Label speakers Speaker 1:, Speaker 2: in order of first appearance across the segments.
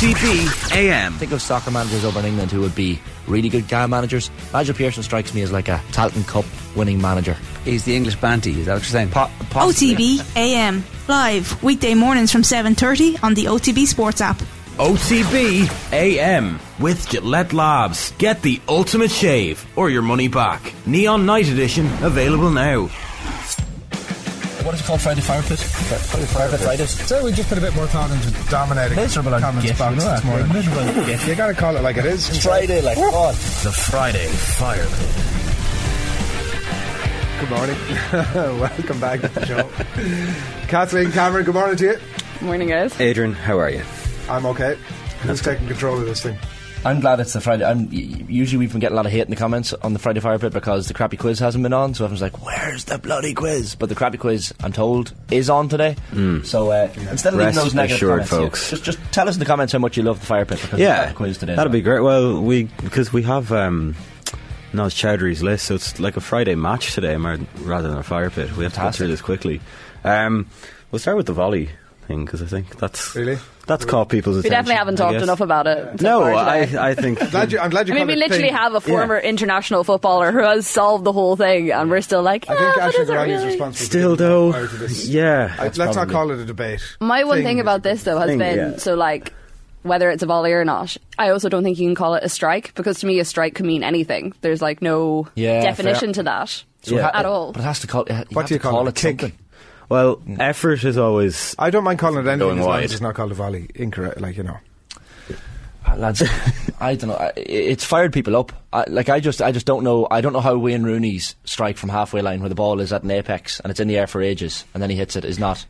Speaker 1: OTB AM.
Speaker 2: think of soccer managers over in England who would be really good guy managers. Nigel Pearson strikes me as like a Talton Cup winning manager.
Speaker 1: He's the English Banty, is that what you're saying?
Speaker 2: Po-
Speaker 3: Oh,
Speaker 2: possibly.
Speaker 4: OTB AM live weekday mornings from 7:30 on the OTB Sports app.
Speaker 5: OTB AM with Gillette Labs. Get the ultimate shave or your money back. Neon Night Edition available now.
Speaker 2: What is it called? Friday Fire Pit? Friday Fire Pit. Fridays.
Speaker 6: So we just put a bit more thought into dominating
Speaker 2: Miserable and
Speaker 6: comments
Speaker 2: gif,
Speaker 6: box
Speaker 2: you know
Speaker 6: this
Speaker 2: that.
Speaker 6: morning.
Speaker 2: Miserable and gif.
Speaker 6: you gotta call it like it is.
Speaker 2: Friday, like God.
Speaker 5: The Friday Fire Pit.
Speaker 6: Good morning. Welcome back to the show. Kathleen Cameron, good morning to you.
Speaker 7: Morning, guys.
Speaker 1: Adrian, how are you?
Speaker 6: I'm okay. Who's taking control of this thing?
Speaker 2: I'm glad it's the Friday. I'm, y- usually we've been getting a lot of hate in the comments on the Friday Fire Pit because the crappy quiz hasn't been on. So everyone's like, "Where's the bloody quiz?" But the crappy quiz, I'm told, is on today. So uh, instead of leaving
Speaker 1: Rest
Speaker 2: those negative
Speaker 1: assured,
Speaker 2: comments, yeah,
Speaker 1: folks.
Speaker 2: just just tell us in the comments how much you love the Fire Pit because
Speaker 3: yeah,
Speaker 2: the quiz today.
Speaker 3: That'd be great. Well, we because we have um, Noz Chowdhury's list, so it's like a Friday match today, mar- rather than a fire pit. We have to go
Speaker 2: Fantastic.
Speaker 3: through this quickly. Um, we'll start with the volley thing because I think that's
Speaker 6: Really?
Speaker 3: that's caught people's
Speaker 7: We
Speaker 3: attention.
Speaker 7: definitely haven't
Speaker 3: I
Speaker 7: talked
Speaker 3: guess.
Speaker 7: enough about it. so
Speaker 3: No,
Speaker 7: far
Speaker 3: I,
Speaker 7: today.
Speaker 3: I think
Speaker 6: Glad you, I'm glad you
Speaker 7: I
Speaker 6: called
Speaker 7: mean, we
Speaker 6: it
Speaker 7: literally
Speaker 6: thing.
Speaker 7: have a former international footballer who has solved the whole thing, and we're still like,
Speaker 6: I
Speaker 7: "Yeah,
Speaker 6: think
Speaker 7: Ah, but
Speaker 6: Ashley
Speaker 7: is it
Speaker 6: Garani is
Speaker 7: really?"
Speaker 6: responsible.
Speaker 3: still
Speaker 6: for getting
Speaker 3: though.
Speaker 6: out of this.
Speaker 3: Yeah,
Speaker 6: I- let's not
Speaker 3: probably.
Speaker 6: call it a debate.
Speaker 7: My one thing
Speaker 6: is-
Speaker 7: about this though has
Speaker 3: Thing,
Speaker 7: been
Speaker 3: yeah.
Speaker 7: so like whether it's a volley or not. I also don't think you can call it a strike because to me a strike can mean anything. There's like no
Speaker 2: Yeah,
Speaker 7: definition
Speaker 2: fair.
Speaker 7: to that
Speaker 2: So it ha-
Speaker 7: at all.
Speaker 2: But it has to call. What
Speaker 6: What do you call it?
Speaker 2: it?
Speaker 6: Kick?
Speaker 2: something.
Speaker 3: Well, effort is always
Speaker 6: I don't mind calling it anything
Speaker 3: Going
Speaker 6: as long
Speaker 3: wide.
Speaker 6: as it's not called a volley. Incorrect, like you know.
Speaker 2: Ah, lads, I don't know. I- It's fired people up. I, like I just, I just don't know. I don't know how Wayne Rooney's strike from halfway line, where the ball is at an apex and it's in the air for ages, and then he hits it, is not.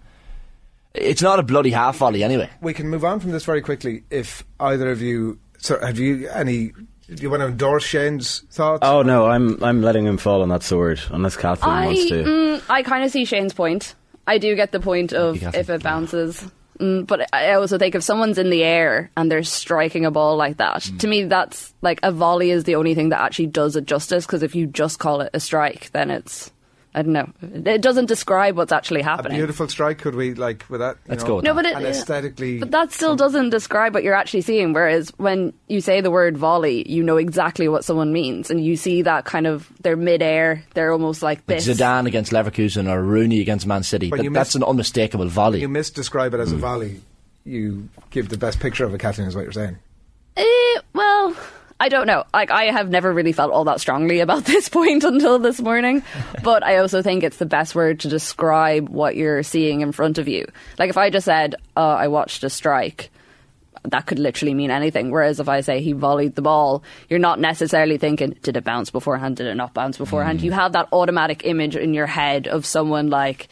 Speaker 2: It's not a bloody half volley anyway.
Speaker 6: We can move on from this very quickly. If either of you, so have you any? Do you want to endorse Shane's thoughts?
Speaker 3: Oh no, I'm I'm letting him fall on that sword unless Kathleen
Speaker 7: I
Speaker 3: wants to.
Speaker 7: mm, I kind of see Shane's point. I do get the point of
Speaker 2: You got
Speaker 7: if
Speaker 2: it.
Speaker 7: it bounces. Mm, but I also think if someone's in the air and they're striking a ball like that, to me that's like a volley is the only thing that actually does it justice because if you just call it a strike, then it's I don't know. It doesn't describe what's actually
Speaker 6: a
Speaker 7: happening.
Speaker 6: beautiful strike. Could we like with that? you
Speaker 2: Let's
Speaker 6: know,
Speaker 2: go with
Speaker 7: No, but it, uh,
Speaker 6: and aesthetically,
Speaker 7: But that still doesn't describe what you're actually seeing. Whereas when you say the word volley, you know exactly what someone means, and you see that kind of they're midair, they're almost like
Speaker 2: Like
Speaker 7: this.
Speaker 2: Zidane against Leverkusen or Rooney against Man City.
Speaker 6: But
Speaker 2: That,
Speaker 6: you
Speaker 2: that's
Speaker 6: missed-
Speaker 2: an unmistakable volley.
Speaker 6: you misdescribe it as a volley. You give the best picture of a Kathleen, is what you're saying.
Speaker 7: Eh, well, I don't know. Like I have never really felt all that strongly about this point until this morning, but I also think it's the best word to describe what you're seeing in front of you. Like if I just said, uh, "I watched a strike." That could literally mean anything. Whereas if I say he volleyed the ball, you're not necessarily thinking, did it bounce beforehand? Did it not bounce beforehand?
Speaker 6: Mm.
Speaker 7: You have that automatic image in your head of someone like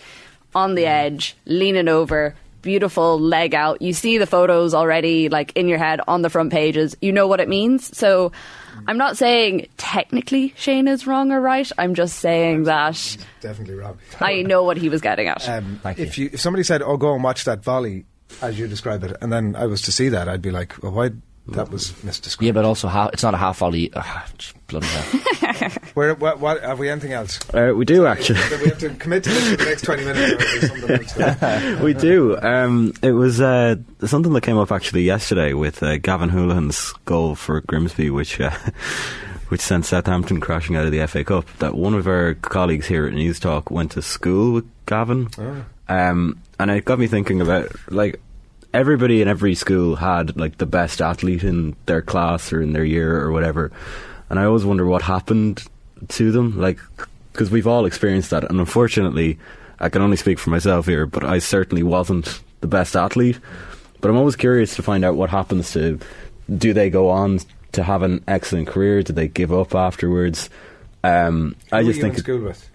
Speaker 7: on the edge, leaning over, beautiful leg out. You see the photos already, like in your head on the front pages. You know what it means. So
Speaker 6: Mm.
Speaker 7: I'm not saying technically Shane is wrong or right. I'm just saying that
Speaker 6: Definitely wrong.
Speaker 7: I know what he was getting at.
Speaker 6: Um,
Speaker 2: Thank
Speaker 6: if you. if somebody said, "Oh, go and watch that volley," as you describe it, and then I was to see that, I'd be like, "Well, why?" That was misdescribed.
Speaker 2: yeah, but also half, it's not a half volley. Ah, bloody hell.
Speaker 6: Where, what, what, have we anything else?
Speaker 3: Uh, we do actually.
Speaker 6: Then we have to commit to this for the next 20 minutes. Or something else then.
Speaker 3: we do. Um, it was uh, something that came up actually yesterday with uh, Gavin Houlihan's goal for Grimsby, which uh, which sent Southampton crashing out of the FA Cup. That one of our colleagues here at News Talk went to school with Gavin, um, and it got me thinking about like everybody in every school had like the best athlete in their class or in their year or whatever, and I always wonder what happened to them, like because we've all experienced that, and unfortunately. I can only speak for myself here, but I certainly wasn't the best athlete. But I'm always curious to find out what happens to do they go on to have an excellent career? Do they give up afterwards? Um, I
Speaker 6: Who were
Speaker 3: just
Speaker 6: you
Speaker 3: think
Speaker 6: in school with.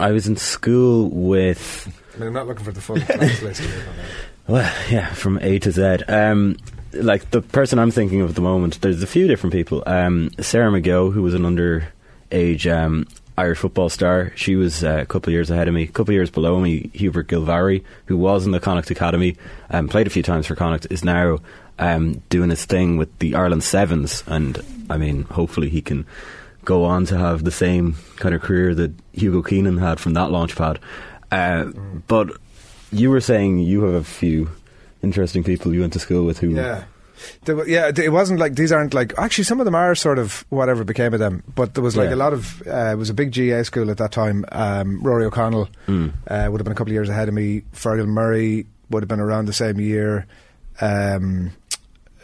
Speaker 3: I was in school with
Speaker 6: I mean, I'm not looking for the full class list. here, but, uh,
Speaker 3: Well, yeah, from A to Z. Um, like the person I'm thinking of at the moment, there's a few different people. Um, Sarah McGill, who was an underage um, Irish football star, she was uh, a couple of years ahead of me. A couple of years below me, Hubert Gilvary, who was in the Connacht Academy, um, played a few times for Connacht, is now um, doing his thing with the Ireland Sevens, and I mean, hopefully he can go on to have the same kind of career that Hugo Keenan had from that launch pad. Uh, but you were saying you have a few interesting people you went to school with who
Speaker 6: Yeah. There wa- yeah, it wasn't like these aren't like actually some of them are sort of whatever became of them, but there was like
Speaker 3: Yeah.
Speaker 6: a lot of uh, it was a big GA school at that time. Um, Rory O'Connell
Speaker 3: Hmm.
Speaker 6: uh, would have been a couple of years ahead of me. Fergal Murray would have been around the same year. Um,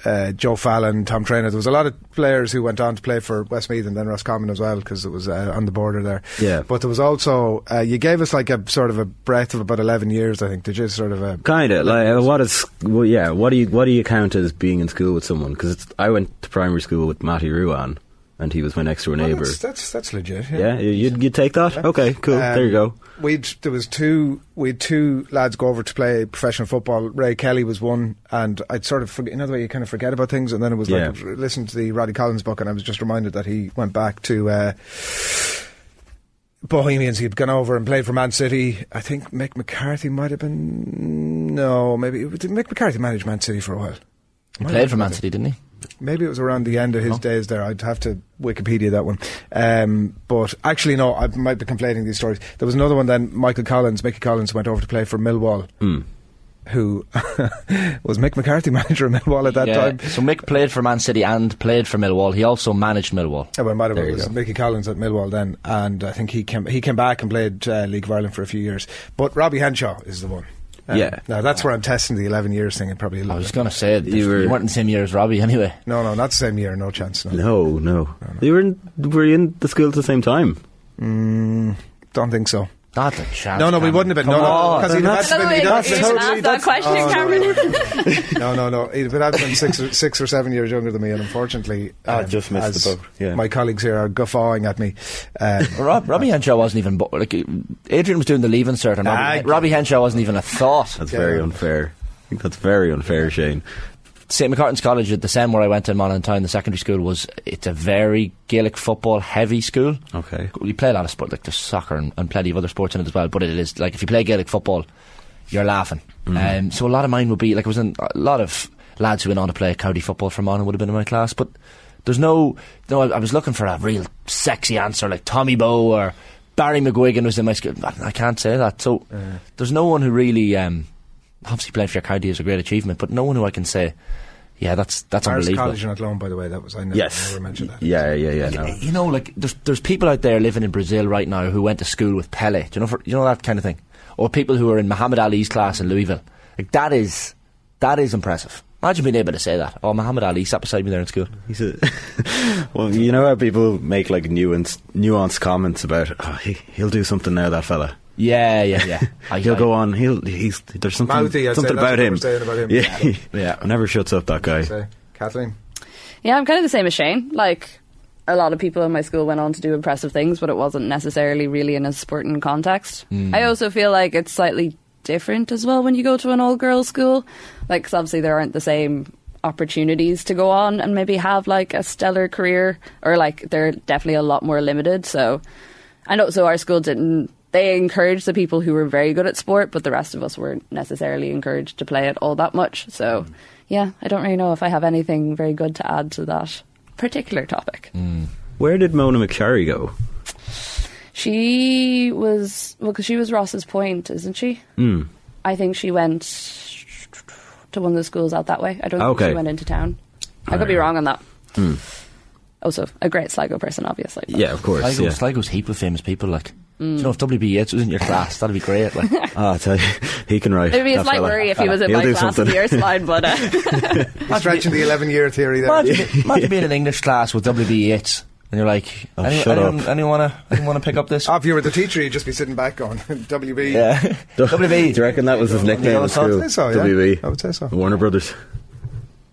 Speaker 6: uh, Joe Fallon, Tom Traynor. There was a lot of players who went on to play for Westmeath and then Roscommon as well because it was uh, on the border there.
Speaker 3: Yeah.
Speaker 6: But there was also uh, you gave us like a sort of a breadth of about eleven years, I think. Did you sort of a
Speaker 3: Kind of like uh, what is well, yeah. What do you what do you count as being in school with someone? Because I went to primary school with Matty Ruan, and he was my next door
Speaker 6: Well,
Speaker 3: neighbour.
Speaker 6: Oh, that's, that's that's legit.
Speaker 3: yeah, you- you'd you'd take that. Okay, cool.
Speaker 6: Um,
Speaker 3: there you go.
Speaker 6: We'd there was two we had two lads go over to play professional football. Ray Kelly was one, and I'd sort of forget, another way you kind of forget about things, and then it was like
Speaker 3: Yeah.
Speaker 6: listen to the Roddy Collins book, and I was just reminded that he went back to. Uh, Bohemians, he'd gone over and played for Man City. I think Mick McCarthy might have been. No, maybe. Did Mick McCarthy manage Man City for a while?
Speaker 2: He
Speaker 6: Might
Speaker 2: played
Speaker 6: have
Speaker 2: for
Speaker 6: been.
Speaker 2: Man City, didn't he?
Speaker 6: Maybe it was around the end of his days there. I'd have to Wikipedia that one. Um, but actually, no, I might be conflating these stories. There was another one then, Michael Collins, Mickey Collins went over to play for Millwall, who was Mick McCarthy manager of Millwall at that
Speaker 2: yeah.
Speaker 6: time.
Speaker 2: So Mick played for Man City and played for Millwall. He also managed Millwall.
Speaker 6: Oh, well, it might have
Speaker 3: There
Speaker 6: been-
Speaker 3: you
Speaker 6: it was
Speaker 3: go.
Speaker 6: Mickey Collins at Millwall then, and I think he came he came back and played uh, League of Ireland for a few years. But Robbie Henshaw is the one. Uh,
Speaker 3: Yeah.
Speaker 6: Now that's where I'm testing the 11 years thing, and probably a
Speaker 2: I
Speaker 6: little
Speaker 2: was
Speaker 6: bit.
Speaker 2: going to say that you,
Speaker 3: were-
Speaker 2: weren't in the same year as Robbie anyway.
Speaker 6: No, no, not the same year. No chance. No.
Speaker 3: No, no. You were in, were you in the school at the same time?
Speaker 6: Don't think so.
Speaker 2: Not a chance.
Speaker 6: No, no, we
Speaker 2: Cameron.
Speaker 6: wouldn't have been.
Speaker 2: Come
Speaker 6: no, no,
Speaker 2: on.
Speaker 6: because he'd have had
Speaker 7: Another
Speaker 6: to
Speaker 7: way
Speaker 6: be- he'd have
Speaker 7: you
Speaker 6: to
Speaker 7: can
Speaker 6: totally-
Speaker 7: ask that question,
Speaker 6: oh,
Speaker 7: Cameron.
Speaker 6: No, no, no. He'd have been six or, six or seven years younger than me, and unfortunately, um,
Speaker 3: I just missed
Speaker 6: as
Speaker 3: the boat, yeah.
Speaker 6: My colleagues here are guffawing at me. Um,
Speaker 2: Rob, Robbie Henshaw wasn't even. Bo- like Adrian was doing the leaving cert, and Robbie,
Speaker 6: Ah,
Speaker 2: Robbie Henshaw wasn't even a thought.
Speaker 3: That's very
Speaker 6: Yeah.
Speaker 3: unfair. I think that's very unfair, Shane.
Speaker 2: St. McCartan's College at the same where I went in Town, the secondary school was it's a very Gaelic football heavy school.
Speaker 3: Okay.
Speaker 2: We play a lot of sport, like there's soccer and, and plenty of other sports in it as well. But it is like if you play Gaelic football, you're laughing. Um, so a lot of mine would be like I was in a lot of lads who went on to play county football from on would have been in my class, but there's no no. I, I was looking for a real sexy answer like Tommy Bow or Barry McGuigan was in my school. I, I can't say that. So there's no one who really. Um, obviously, playing for your county is a great achievement, but no one who I can say, yeah, that's that's
Speaker 6: Irish
Speaker 2: unbelievable.
Speaker 6: College in Athlone, by the way, that was I never,
Speaker 3: Yes.
Speaker 6: never mentioned that.
Speaker 3: Yeah, yeah, yeah. No.
Speaker 2: You know, like there's there's people out there living in Brazil right now who went to school with Pele. Do you know for, you know that kind of thing, or people who are in Muhammad Ali's class in Louisville. Like that is that is impressive. Imagine being able to say that. Oh, Muhammad Ali sat beside me there in school.
Speaker 3: He's a well, you know how people make like nuance, nuanced comments about oh, he, he'll do something now that fella.
Speaker 2: Yeah, yeah, yeah. I,
Speaker 3: He'll
Speaker 2: I-
Speaker 3: go on. He'll he's there's something
Speaker 6: Mouthy, I'd say,
Speaker 3: something
Speaker 6: that's what
Speaker 3: about him.
Speaker 6: we're saying about him.
Speaker 3: Yeah,
Speaker 2: Yeah.
Speaker 3: Never shuts up that guy.
Speaker 6: So, Kathleen,
Speaker 7: Yeah, I'm kind of the same as Shane. Like, a lot of people in my school went on to do impressive things, but it wasn't necessarily really in a sporting context. I also feel like it's slightly different as well when you go to an all girls school. Like, 'cause obviously, there aren't the same opportunities to go on and maybe have like a stellar career, or like they're definitely a lot more limited. So, and also, our school didn't. They encouraged the people who were very good at sport, but the rest of us weren't necessarily encouraged to play it all that much. So, yeah, I don't really know if I have anything very good to add to that particular topic.
Speaker 3: Where did Mona McCary go?
Speaker 7: She was, well, because she was Ross's Point, isn't she?
Speaker 3: Mm.
Speaker 7: I think she went to one of the schools out that way. I don't think
Speaker 3: Okay.
Speaker 7: she went into town. I could be
Speaker 3: Alright. Hmm.
Speaker 7: wrong on that. Also, a great Sligo person, obviously. but-
Speaker 3: Yeah, of course.
Speaker 2: Sligo,
Speaker 3: yeah.
Speaker 2: Sligo's heap of famous people. Like, do you know if WB Yeats was in your class, that'd be great. Like,
Speaker 3: Ah, I tell you, he can write.
Speaker 7: It'd be a
Speaker 3: that
Speaker 7: slight
Speaker 3: fella.
Speaker 7: worry if he was in
Speaker 3: He'll
Speaker 7: my
Speaker 3: do
Speaker 7: class in
Speaker 3: something.
Speaker 7: the year slide, but uh,
Speaker 6: You're stretching the 11 year theory there.
Speaker 2: imagine, imagine being in English class with WB Yeats, and you're like,
Speaker 3: Oh,
Speaker 2: any,
Speaker 3: shut
Speaker 2: anyone,
Speaker 3: up.
Speaker 2: anyone wanna anyone wanna pick up this?
Speaker 6: Oh, if you were the teacher, you'd just be sitting back going, WB.
Speaker 2: yeah, WB.
Speaker 3: Do you reckon that was his nickname
Speaker 2: other
Speaker 3: in
Speaker 2: side?
Speaker 3: school?
Speaker 6: I would say so, yeah.
Speaker 3: WB.
Speaker 6: I would say so.
Speaker 3: Warner Brothers.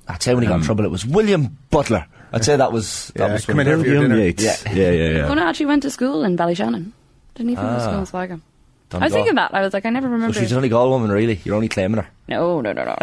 Speaker 2: I'd say when he got in trouble, it was William Butler. I'd say that was that
Speaker 6: Yeah,
Speaker 2: was
Speaker 6: come
Speaker 2: one
Speaker 6: in here
Speaker 2: of
Speaker 6: for your
Speaker 3: William
Speaker 6: dinner.
Speaker 3: Yates. Yeah, yeah, yeah.
Speaker 7: Mona actually went to school in Ballyshannon. Didn't even go to
Speaker 3: Ah.
Speaker 7: school in Sligo.
Speaker 2: the-
Speaker 7: I was thinking that. I was like, I never remember.
Speaker 2: So she's an only Gaul woman, really. You're only claiming her.
Speaker 7: No, no, no, no.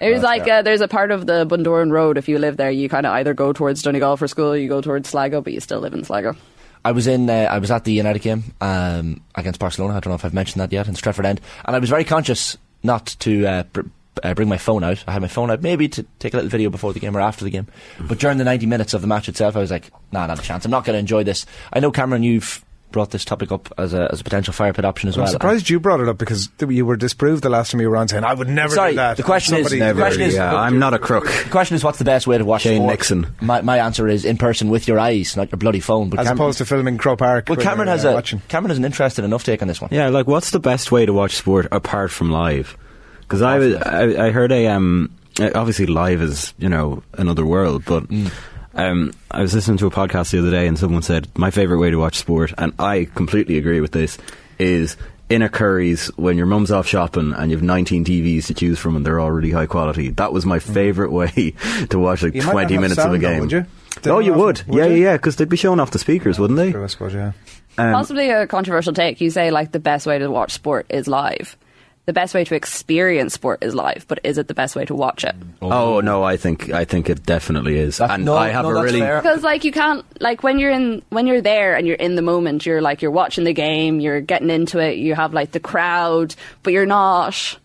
Speaker 7: There's like uh, there's a part of the Bundoran Road. If you live there, you kind of either go towards Donegal for school, you go towards Sligo, but you still live in Sligo.
Speaker 2: I was in. Uh, I was at the United game um, against Barcelona. I don't know if I've mentioned that yet in Stretford End, and I was very conscious not to uh, br- uh, bring my phone out. I had my phone out, maybe to take a little video before the game or after the game, but during the 90 minutes of the match itself, I was like, "Nah, not a chance. I'm not going to enjoy this." I know Cameron, you've brought this topic up as a, as a potential fire pit option as
Speaker 6: I'm
Speaker 2: well.
Speaker 6: surprised you brought it up because th- you were disproved the last time you were on saying I would never
Speaker 2: Sorry,
Speaker 6: do that.
Speaker 2: the question is-
Speaker 6: Somebody-
Speaker 2: the question is-
Speaker 3: yeah, I'm not a crook.
Speaker 2: And the question is, what's the best way to watch
Speaker 3: Shane
Speaker 2: sport?
Speaker 3: Nixon.
Speaker 2: My, my answer is in person with your eyes, not your bloody phone. But
Speaker 6: as
Speaker 2: Cam-
Speaker 6: opposed to filming Crow Park.
Speaker 2: But
Speaker 6: when
Speaker 2: Cameron
Speaker 6: you're,
Speaker 2: has
Speaker 6: uh,
Speaker 2: a
Speaker 6: watching.
Speaker 2: Cameron has an interesting enough take on this one.
Speaker 3: Yeah, like what's the best way to watch sport apart from live? Because I was, I, I heard a um, uh, obviously live is you know another world, but
Speaker 2: Mm.
Speaker 3: um, I was listening to a podcast the other day and someone said my favorite way to watch sport, and I completely agree with this is. In a Curry's when your mum's off shopping and you've 19 TVs to choose from and they're all really high quality. That was my favourite way to watch like
Speaker 6: You might not
Speaker 3: 20
Speaker 6: have
Speaker 3: minutes of a
Speaker 6: sound though,
Speaker 3: game.
Speaker 6: would you?
Speaker 3: Oh,
Speaker 6: Didn't
Speaker 3: you
Speaker 6: have-
Speaker 3: would.
Speaker 6: would
Speaker 3: yeah,
Speaker 6: you?
Speaker 3: yeah, yeah, because they'd be showing off the speakers, wouldn't they?
Speaker 6: True, I suppose, yeah.
Speaker 7: Possibly a controversial take. You say like the best way to watch sport is live. The best way to experience sport is live, but is it the best way to watch it?
Speaker 3: Oh no, I think I think it definitely is,
Speaker 2: That-
Speaker 3: and
Speaker 2: no,
Speaker 3: I have
Speaker 2: no,
Speaker 3: a
Speaker 2: that's
Speaker 3: really
Speaker 6: Uh,
Speaker 2: fair.
Speaker 7: Because like you can't like when you're in when you're there and you're in the moment, you're like you're watching the game, you're getting into it, you have like the crowd, but you're not.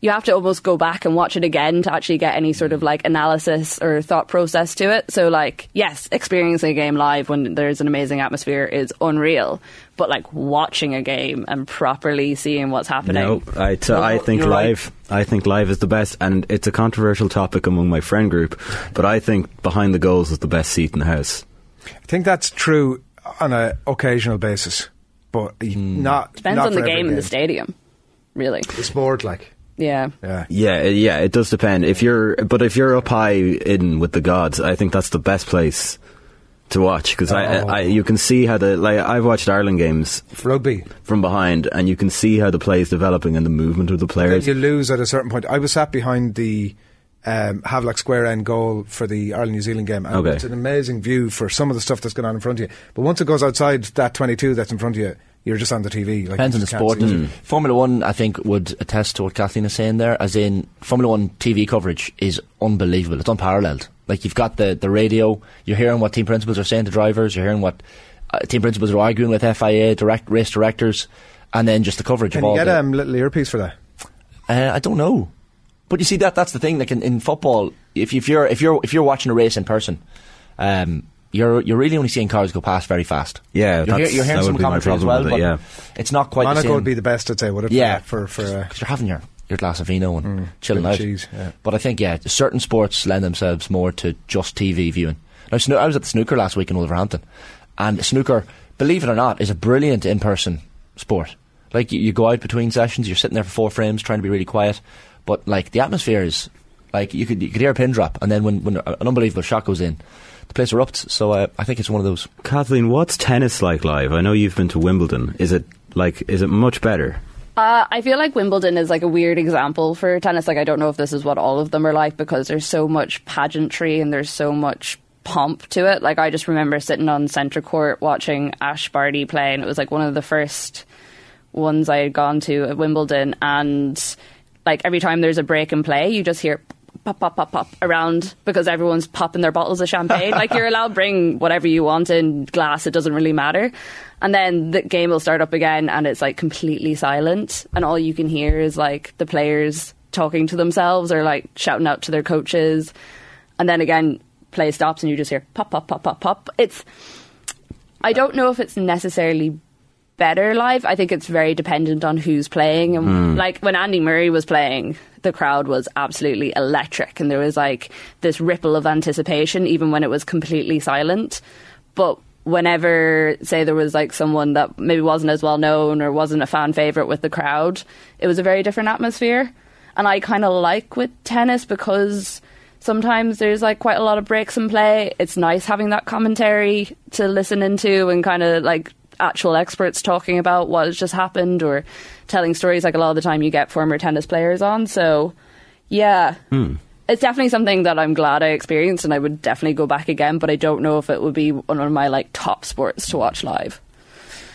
Speaker 7: You have to almost go back and watch it again to actually get any sort of like analysis or thought process to it. So like yes, experiencing a game live when there's an amazing atmosphere is unreal, but like watching a game and properly seeing what's happening.
Speaker 3: no. I t- I think
Speaker 2: you're right.
Speaker 3: live. I think live is the best, and it's a controversial topic among my friend group. But I think behind the goals is the best seat in the house.
Speaker 6: I think that's true on an occasional basis, but y-
Speaker 2: Hmm.
Speaker 6: not.
Speaker 7: Depends
Speaker 6: not
Speaker 7: on
Speaker 6: for
Speaker 7: the
Speaker 6: every
Speaker 7: game in the stadium, really.
Speaker 6: The sport, like.
Speaker 7: Yeah.
Speaker 6: Yeah.
Speaker 3: Yeah, it- yeah, it does depend. If you're, but if you're up high in with the gods, I think that's the best place to watch because I,
Speaker 6: Oh.
Speaker 3: I, you can see how the like I've watched Ireland games
Speaker 6: Rugby.
Speaker 3: from behind, and you can see how the play is developing and the movement of the players.
Speaker 6: You lose at a certain point. I was sat behind the um, Havelock Square end goal for the Ireland New Zealand game, and
Speaker 3: Okay.
Speaker 6: it's an amazing view for some of the stuff that's going on in front of you. But once it goes outside that 22 that's in front of you, you're just on the TV. Like,
Speaker 2: Depends
Speaker 6: you
Speaker 2: on the
Speaker 6: just can't
Speaker 2: sport.
Speaker 6: see
Speaker 3: Hmm.
Speaker 2: doesn't it? Formula One, I think, would attest to what Kathleen is saying there. As in, Formula One TV coverage is unbelievable. It's unparalleled. Like you've got the the radio, you're hearing what team principals are saying to drivers, you're hearing what uh, team principals are arguing with FIA direct race directors, and then just the coverage
Speaker 6: Can
Speaker 2: of all.
Speaker 6: you get
Speaker 2: the,
Speaker 6: a um, little earpiece for that?
Speaker 2: Uh, I don't know, but you see that that's the thing. Like in, in football, if, you- if you're if you're if you're watching a race in person, um, you're you're really only seeing cars go past very fast. you're,
Speaker 3: Yeah,
Speaker 2: hear-
Speaker 3: that's-
Speaker 2: you're hearing
Speaker 3: that
Speaker 2: some
Speaker 3: would be my
Speaker 2: commentary as well,
Speaker 3: problem
Speaker 2: but
Speaker 3: with it,
Speaker 2: it's not quite. the
Speaker 6: Monaco
Speaker 2: same.
Speaker 6: would be the best, I'd say, would it?
Speaker 2: yeah
Speaker 6: For, for, for uh,
Speaker 2: because you're having your your glass of vino and chilling
Speaker 6: bit of
Speaker 2: out.
Speaker 6: cheese, yeah.
Speaker 2: But I think yeah, certain sports lend themselves more to just TV viewing. Now, snoo- I was at the snooker last week in Wolverhampton, and snooker, believe it or not, is a brilliant in-person sport. Like you, you go out between sessions, you're sitting there for four frames trying to be really quiet, but like the atmosphere is like you could you could hear a pin drop, and then when when an unbelievable shot goes in, the place erupts. So uh, I think it's one of those.
Speaker 3: Kathleen, what's tennis like live? I know you've been to Wimbledon. Is it like is it much better?
Speaker 7: Uh, I feel like Wimbledon is like a weird example for tennis. Like, I don't know if this is what all of them are like because there's so much pageantry and there's so much pomp to it. Like, I just remember sitting on centre court watching Ash Barty play, and it was like one of the first ones I had gone to at Wimbledon. And like every time there's a break in play, you just hear pop, pop, pop, pop around because everyone's popping their bottles of champagne. like you're allowed to bring whatever you want in glass; it doesn't really matter. And then the game will start up again, and it's like completely silent, and all you can hear is like the players talking to themselves or like shouting out to their coaches. And then again, play stops, and you just hear pop, pop, pop, pop, pop. It's I don't know if it's necessarily better live. I think it's very dependent on who's playing. And like when Andy Murray was playing, the crowd was absolutely electric, and there was like this ripple of anticipation, even when it was completely silent. But whenever, say, there was like someone that maybe wasn't as well known or wasn't a fan favorite with the crowd, it was a very different atmosphere. And I kind of like with tennis because sometimes there's like quite a lot of breaks in play. It's nice having that commentary to listen into and kind of like actual experts talking about what has just happened or telling stories like a lot of the time you get former tennis players on. So, yeah. It's definitely something that I'm glad I experienced and I would definitely go back again, but I don't know if it would be one of my like top sports to watch live.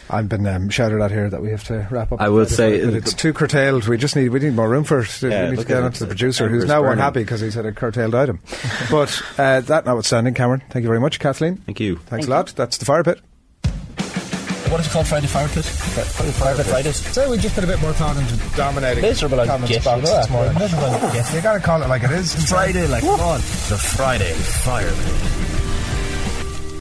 Speaker 6: I've been um, shouted at here that we have to wrap up.
Speaker 3: I would
Speaker 6: But
Speaker 3: say-
Speaker 6: it's too curtailed. We just need we need more room for it. we
Speaker 3: Yeah,
Speaker 6: need to
Speaker 3: look
Speaker 6: get
Speaker 3: at
Speaker 6: on
Speaker 3: it.
Speaker 6: to the producer, who's
Speaker 3: Emperor's
Speaker 6: now
Speaker 3: burning.
Speaker 6: unhappy because he's had a curtailed item. but uh, that notwithstanding, Cameron, thank you very much, Kathleen.
Speaker 3: Thank you.
Speaker 6: Thanks a lot. That's the fire pit.
Speaker 2: What is it called Friday Fire Pit? Friday Fire Fridays.
Speaker 6: So we just put a bit more thought into dominating
Speaker 2: Miserable, I
Speaker 6: comments
Speaker 2: guess,
Speaker 6: box
Speaker 2: you know
Speaker 6: this
Speaker 2: that.
Speaker 6: morning. You got to call it like it is. Friday, like
Speaker 8: Friday, like on the Friday fire.